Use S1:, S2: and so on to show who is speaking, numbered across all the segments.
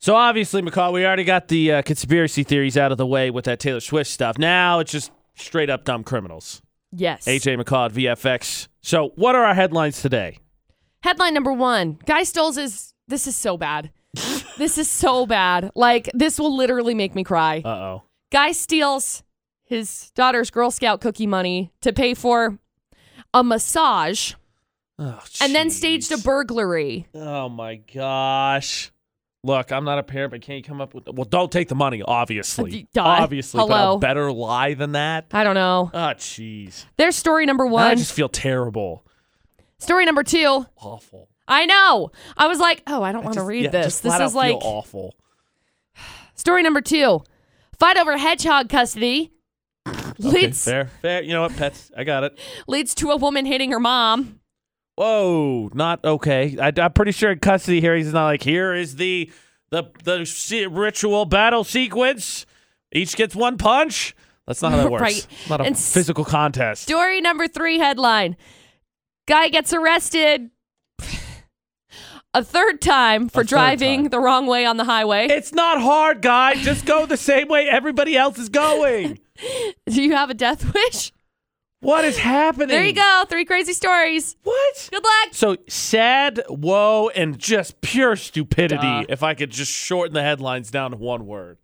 S1: So obviously, McCall, we already got the uh, conspiracy theories out of the way with that Taylor Swift stuff. Now it's just straight up dumb criminals.
S2: Yes.
S1: AJ McCall at VFX. So what are our headlines today?
S2: Headline number one Guy Stoles is. This is so bad. this is so bad. Like, this will literally make me cry.
S1: Uh oh.
S2: Guy steals his daughter's Girl Scout cookie money to pay for a massage and then staged a burglary.
S1: Oh my gosh. Look, I'm not a parent, but can't you come up with well? Don't take the money,
S2: Uh,
S1: obviously.
S2: duh.
S1: Obviously, but
S2: Hello.
S1: a better lie than that.
S2: I don't know.
S1: Oh, jeez.
S2: There's story number
S1: Now I
S2: one.
S1: just feel terrible.
S2: Story number two.
S1: Awful.
S2: I know. I was like, oh, I don't want to
S1: Just-
S2: read
S1: yeah,
S2: this.
S1: just
S2: This
S1: flat
S2: is
S1: out feel
S2: like
S1: awful.
S2: story number two. Fight over hedgehog custody
S1: Okay,
S2: leads
S1: fair, fair. You know what, pets? I got it.
S2: leads to a woman hitting her mom.
S1: Whoa, not okay. I, I'm pretty sure in custody here, he's not like here is the the the se- ritual battle sequence. Each gets one punch. That's not how that works.
S2: Right.
S1: It's Not a
S2: And s-
S1: physical contest.
S2: Story number three headline. Guy gets arrested a third time for
S1: A third
S2: driving
S1: time.
S2: the wrong way on the highway.
S1: It's not hard, guy. Just go the same way everybody else is going.
S2: Do you have a death wish?
S1: What is happening?
S2: There you go. Three crazy stories.
S1: What?
S2: Good luck.
S1: So sad, woe, and just pure stupidity.
S2: Duh.
S1: If I could just shorten the headlines down to one word.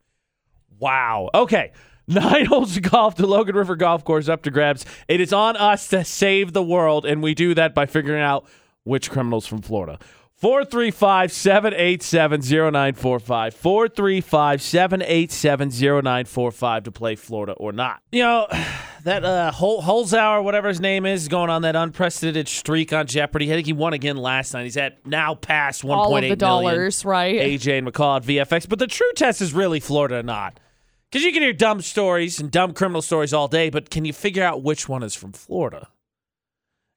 S1: Wow. Okay. Nine holes of golf to Logan River Golf Course up to grabs. It is on us to save the world, and we do that by figuring out which criminals from Florida. 435 787 0945. 435 787 0945 to play Florida or not. You know, that uh, Hol- Holzhauer, whatever his name is, is going on that unprecedented streak on Jeopardy. I think he won again last night. He's at now past 1.8
S2: All of the
S1: million.
S2: dollars, right?
S1: AJ and McCall at VFX. But the true test is really Florida or not. Because you can hear dumb stories and dumb criminal stories all day, but can you figure out which one is from Florida?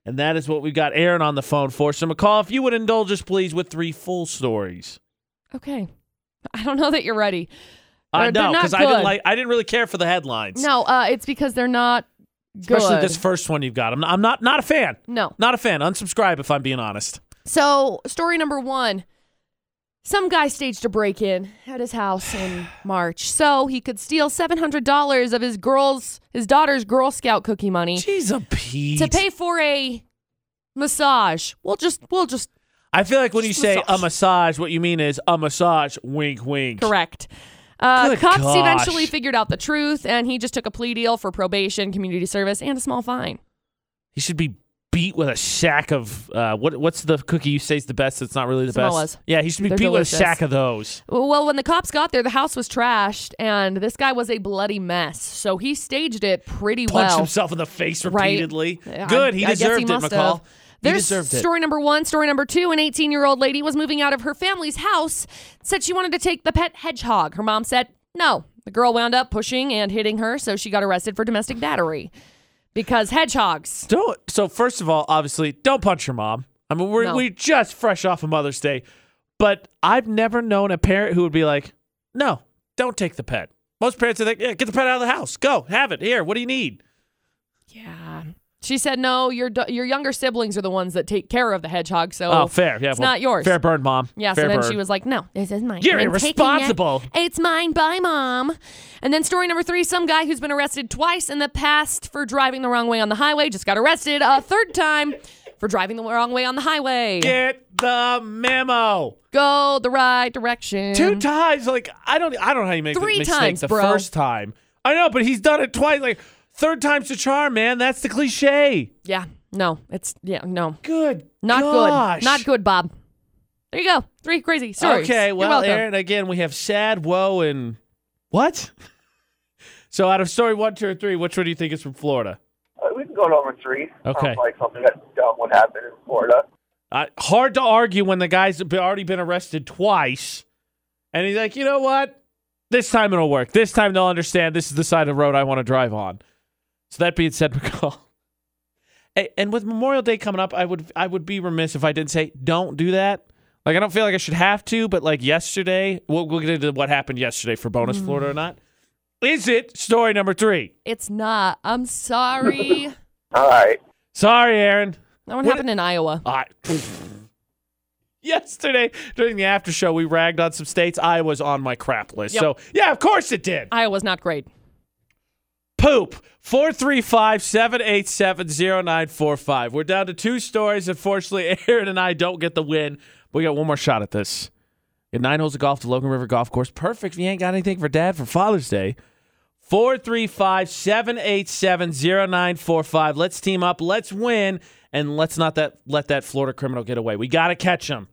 S1: And that is what we've got Aaron on the phone for. So, McCall, if you would indulge us, please, with three full stories.
S2: Okay. I don't know that you're ready.
S1: I
S2: They're- they're
S1: know
S2: not
S1: because I didn't
S2: good.
S1: like. I didn't really care for the headlines.
S2: No, uh, it's because they're not good.
S1: especially this first one you've got. I'm not, I'm not not a fan.
S2: no.
S1: Not a fan. Unsubscribe if I'm being honest.
S2: So, story number one some guy staged a break in at his house in March so he could steal $700 of his girl's, his daughter's Girl Scout cookie money
S1: Jeez, a Pete.
S2: to pay for a massage. We'll just, we'll just,
S1: I feel like when you
S2: Just
S1: say
S2: massage.
S1: a massage, what you mean is a massage. Wink, wink.
S2: correct. Uh,
S1: Good
S2: cops
S1: gosh.
S2: eventually figured out the truth and he just took a plea deal for probation, community service, and a small fine.
S1: He should be beat with a sack of uh, what? What's the cookie you say is the best? That's not really the
S2: Samoas.
S1: best. Yeah, he should be
S2: They're
S1: beat
S2: delicious.
S1: with a sack of those.
S2: Well, when the cops got there, the house was trashed, and this guy was a bloody mess. So he staged it pretty
S1: Punch
S2: well.
S1: himself in the face
S2: right?
S1: repeatedly.
S2: I-
S1: Good. He
S2: I guess
S1: deserved it,
S2: must have.
S1: McCall. He
S2: There's
S1: deserved it.
S2: story number one. Story number two: An 18-year-old lady was moving out of her family's house. Said she wanted to take the pet hedgehog. Her mom said no. The girl wound up pushing and hitting her, so she got arrested for domestic battery because hedgehogs.
S1: Don't. So first of all, obviously, don't punch your mom. I mean, we're
S2: No.
S1: we just fresh off of Mother's Day, but I've never known a parent who would be like, "No, don't take the pet." Most parents are like, "Yeah, get the pet out of the house. Go have it here. What do you need?"
S2: Yeah. She said no. Your do- your younger siblings are the ones that take care of the hedgehog, so
S1: Oh, fair. Yeah,
S2: it's
S1: well,
S2: not yours.
S1: Fair burn, mom.
S2: Yeah,
S1: fair
S2: so then
S1: burn.
S2: she was like, no, this is mine.
S1: You're
S2: I'm taking it.
S1: irresponsible.
S2: It's mine. Bye, mom. And then story number three some guy who's been arrested twice in the past for driving the wrong way on the highway just got arrested a third time for driving the wrong way on the highway.
S1: Get the memo.
S2: Go the right direction.
S1: Two times, like I don't, I don't know how you make
S2: Three
S1: the mistake
S2: times,
S1: the
S2: bro.
S1: first time. I know, but he's done it twice. Like third time's the charm, man. That's the cliche.
S2: yeah, no, it's, yeah, no.
S1: Good,
S2: Not
S1: gosh.
S2: good. Not good, Bob. There you go. Three crazy stories.
S1: Okay,
S2: You're
S1: well,
S2: welcome.
S1: Aaron, again, we have sad, woe, and what? so out of story one, two, or three, which one do you think is from Florida?
S3: Uh, we can go number three.
S1: Okay.
S3: Sounds like something that dumb would happen in Florida.
S1: Uh, hard to argue when the guy's b- already been arrested twice, and he's like, you know what? This time it'll work. This time they'll understand. This is the side of the road I want to drive on. So that being said, McCall. Hey, and with Memorial Day coming up, I would I would be remiss if I didn't say don't do that. Like I don't feel like I should have to, but like yesterday, we'll, we'll get into what happened yesterday for bonus Florida or not. Is it story number three?
S2: It's not. I'm sorry.
S3: All right.
S1: Sorry, Aaron.
S2: that one
S1: What-
S2: happened in Iowa.
S1: I. yesterday during the after show, we ragged on some states. Iowa's on my crap list.
S2: Yep.
S1: So, yeah, of course it did.
S2: Iowa's not great.
S1: Poop. 435 787 0945. We're down to two stories. Unfortunately, Aaron and I don't get the win. But we got one more shot at this. Get nine holes of golf to Logan River Golf Course. Perfect. If you ain't got anything for dad for Father's Day. 435 787 0945. Let's team up. Let's win. And let's not that let that Florida criminal get away. We got to catch him.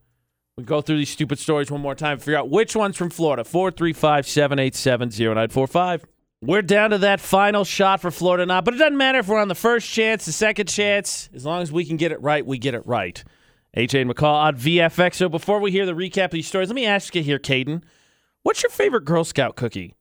S1: We go through these stupid stories one more time, figure out which one's from Florida. 435 787 0945. We're down to that final shot for Florida or not, but it doesn't matter if we're on the first chance, the second chance. As long as we can get it right, we get it right. AJ and McCall on VFX. So before we hear the recap of these stories, let me ask you here, Caden, what's your favorite Girl Scout cookie?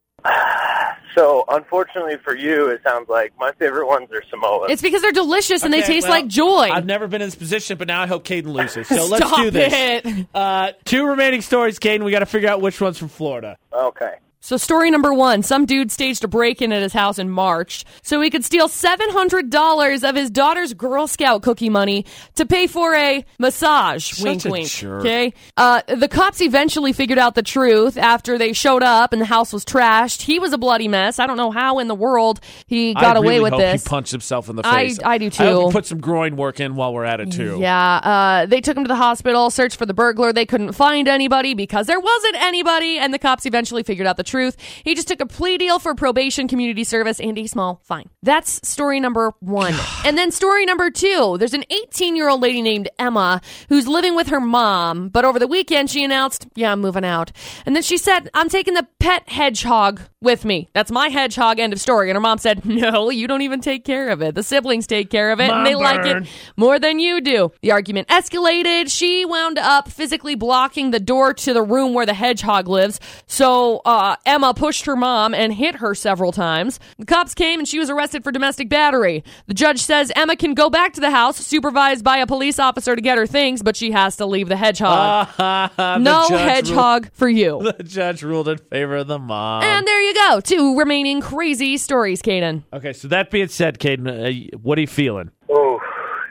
S3: So, unfortunately for you, it sounds like my favorite ones are Samoa.
S2: It's because they're delicious and they
S1: Okay,
S2: taste
S1: well,
S2: like joy.
S1: I've never been in this position, but now I hope Caden loses. So let's
S2: Stop
S1: do this.
S2: it.
S1: Uh, two remaining stories, Caden. We got to figure out which one's from Florida.
S3: okay.
S2: So, story number one some dude staged a break in at his house in March so he could steal $700 of his daughter's Girl Scout cookie money to pay for a massage. wink,
S1: a
S2: wink.
S1: jerk.
S2: Okay. Uh, the cops eventually figured out the truth after they showed up and the house was trashed. He was a bloody mess. I don't know how in the world he got
S1: I
S2: away
S1: really
S2: with
S1: hope
S2: this.
S1: He punched himself in the
S2: I-
S1: face.
S2: I do
S1: I hope
S2: too.
S1: he put some groin work in while we're at it too.
S2: Yeah, uh, they took him to the hospital, searched for the burglar. They couldn't find anybody because there wasn't anybody, and the cops eventually figured out the truth. He just took a plea deal for probation, community service, and a small fine. That's story number one. and then story number two there's an 18 year old lady named Emma who's living with her mom, but over the weekend she announced, Yeah, I'm moving out. And then she said, I'm taking the pet hedgehog with me. That's my hedgehog, end of story. And her mom said, No, you don't even take care of it. The siblings take care of it,
S1: Mom
S2: and they like
S1: burn.
S2: it more than you do. The argument escalated. She wound up physically blocking the door to the room where the hedgehog lives. So uh, Emma pushed her mom and hit her several times. The cops came and she was arrested for domestic battery. The judge says Emma can go back to the house, supervised by a police officer to get her things, but she has to leave the hedgehog.
S1: Uh, The
S2: no
S1: judge
S2: hedgehog for you.
S1: Ruled, the judge ruled in favor of the mom.
S2: and there you go. Two remaining crazy stories, Kaden.
S1: okay, so that being said, Caden, uh, what are you feeling?
S3: Oh,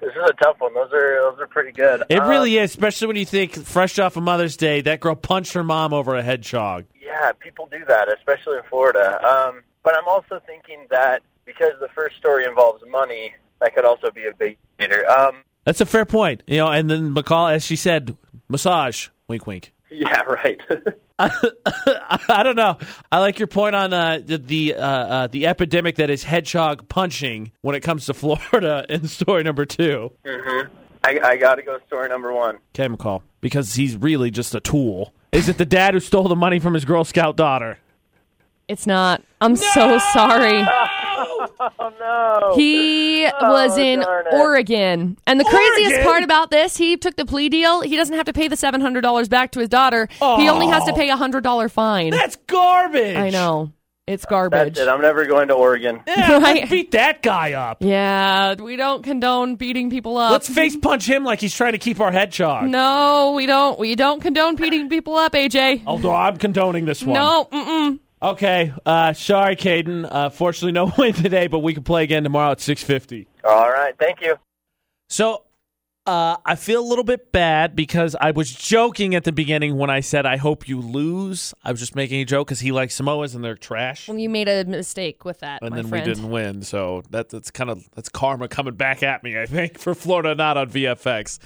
S3: this is a tough one. Those are those are pretty good.
S1: It
S3: Um,
S1: really is, especially when you think fresh off of Mother's Day, that girl punched her mom over a hedgehog.
S3: Yeah, people do that, especially in Florida. Um, but I'm also thinking that because the first story involves money, that could also be a big hater. Um,
S1: That's a fair point, you know. And then McCall, as she said, massage, wink, wink.
S3: yeah, right.
S1: I don't know. I like your point on uh, the the, uh, uh, the epidemic that is hedgehog punching when it comes to Florida in story number two.
S3: I, I got to go story number one.
S1: Okay, McCall, because he's really just a tool. Is it the dad who stole the money from his Girl Scout daughter?
S2: It's not. I'm so sorry.
S1: Oh,
S3: No.
S2: He was in
S3: darn it.
S2: Oregon. And the craziest
S1: Oregon?
S2: part about this, he took the plea deal. He doesn't have to pay the $700 back to his daughter. He only has to pay a $100 fine.
S1: That's garbage.
S2: I know. It's garbage.
S3: That's it. I'm never going to Oregon.
S1: Yeah,
S2: Right?
S1: let's beat that guy up.
S2: yeah, we don't condone beating people up.
S1: Let's face punch him like he's trying to keep our hedgehog.
S2: no, we don't. We don't condone beating people up, AJ.
S1: Although I'm condoning this one.
S2: No, mm-mm.
S1: Okay. Uh, sorry, Caden. Uh, fortunately, no win today, but we can play again tomorrow at 6:50.
S3: All right. Thank you.
S1: So uh, I feel a little bit bad because I was joking at the beginning when I said I hope you lose. I was just making a joke because he likes Samoas and they're trash.
S2: You made a mistake with that,
S1: and
S2: my
S1: then
S2: friend.
S1: we didn't win. So that, that's kind of that's karma coming back at me. I think for Florida not on VFX.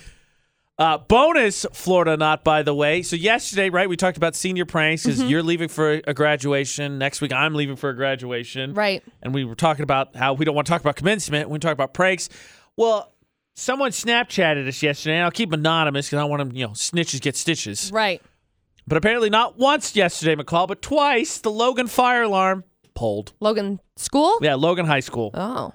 S1: Uh, bonus Florida not by the way. So yesterday, right, we talked about senior pranks because
S2: Mm-hmm.
S1: you're leaving for a graduation next week. I'm leaving for a graduation,
S2: Right.
S1: And we were talking about how we don't want to talk about commencement. We talk about pranks. Well, someone Snapchatted us yesterday, and I'll keep anonymous because I don't want to, you know, snitches get stitches.
S2: Right.
S1: But apparently, not once yesterday, McCall, but twice, the Logan fire alarm pulled.
S2: Logan, school?
S1: Yeah, Logan High School.
S2: Oh.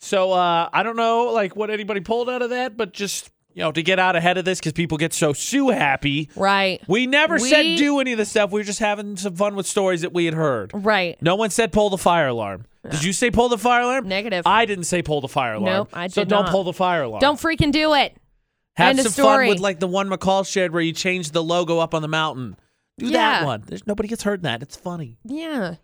S1: So uh, I don't know, like what anybody pulled out of that, but just you know to get out ahead of this because people get so sue happy.
S2: Right.
S1: We never
S2: We-
S1: said do any of this stuff. We were just having some fun with stories that we had heard.
S2: Right.
S1: No one said pull the fire alarm. Did you say pull the fire alarm?
S2: Negative.
S1: I didn't say pull the fire alarm.
S2: Nope, I
S1: so
S2: did
S1: don't
S2: not.
S1: pull the fire alarm.
S2: Don't freaking do it.
S1: have
S2: end of
S1: some
S2: story.
S1: fun with like the one McCall shared where you change the logo up on the mountain. Do
S2: Yeah.
S1: that one. There's nobody gets hurt in that. It's funny.
S2: Yeah.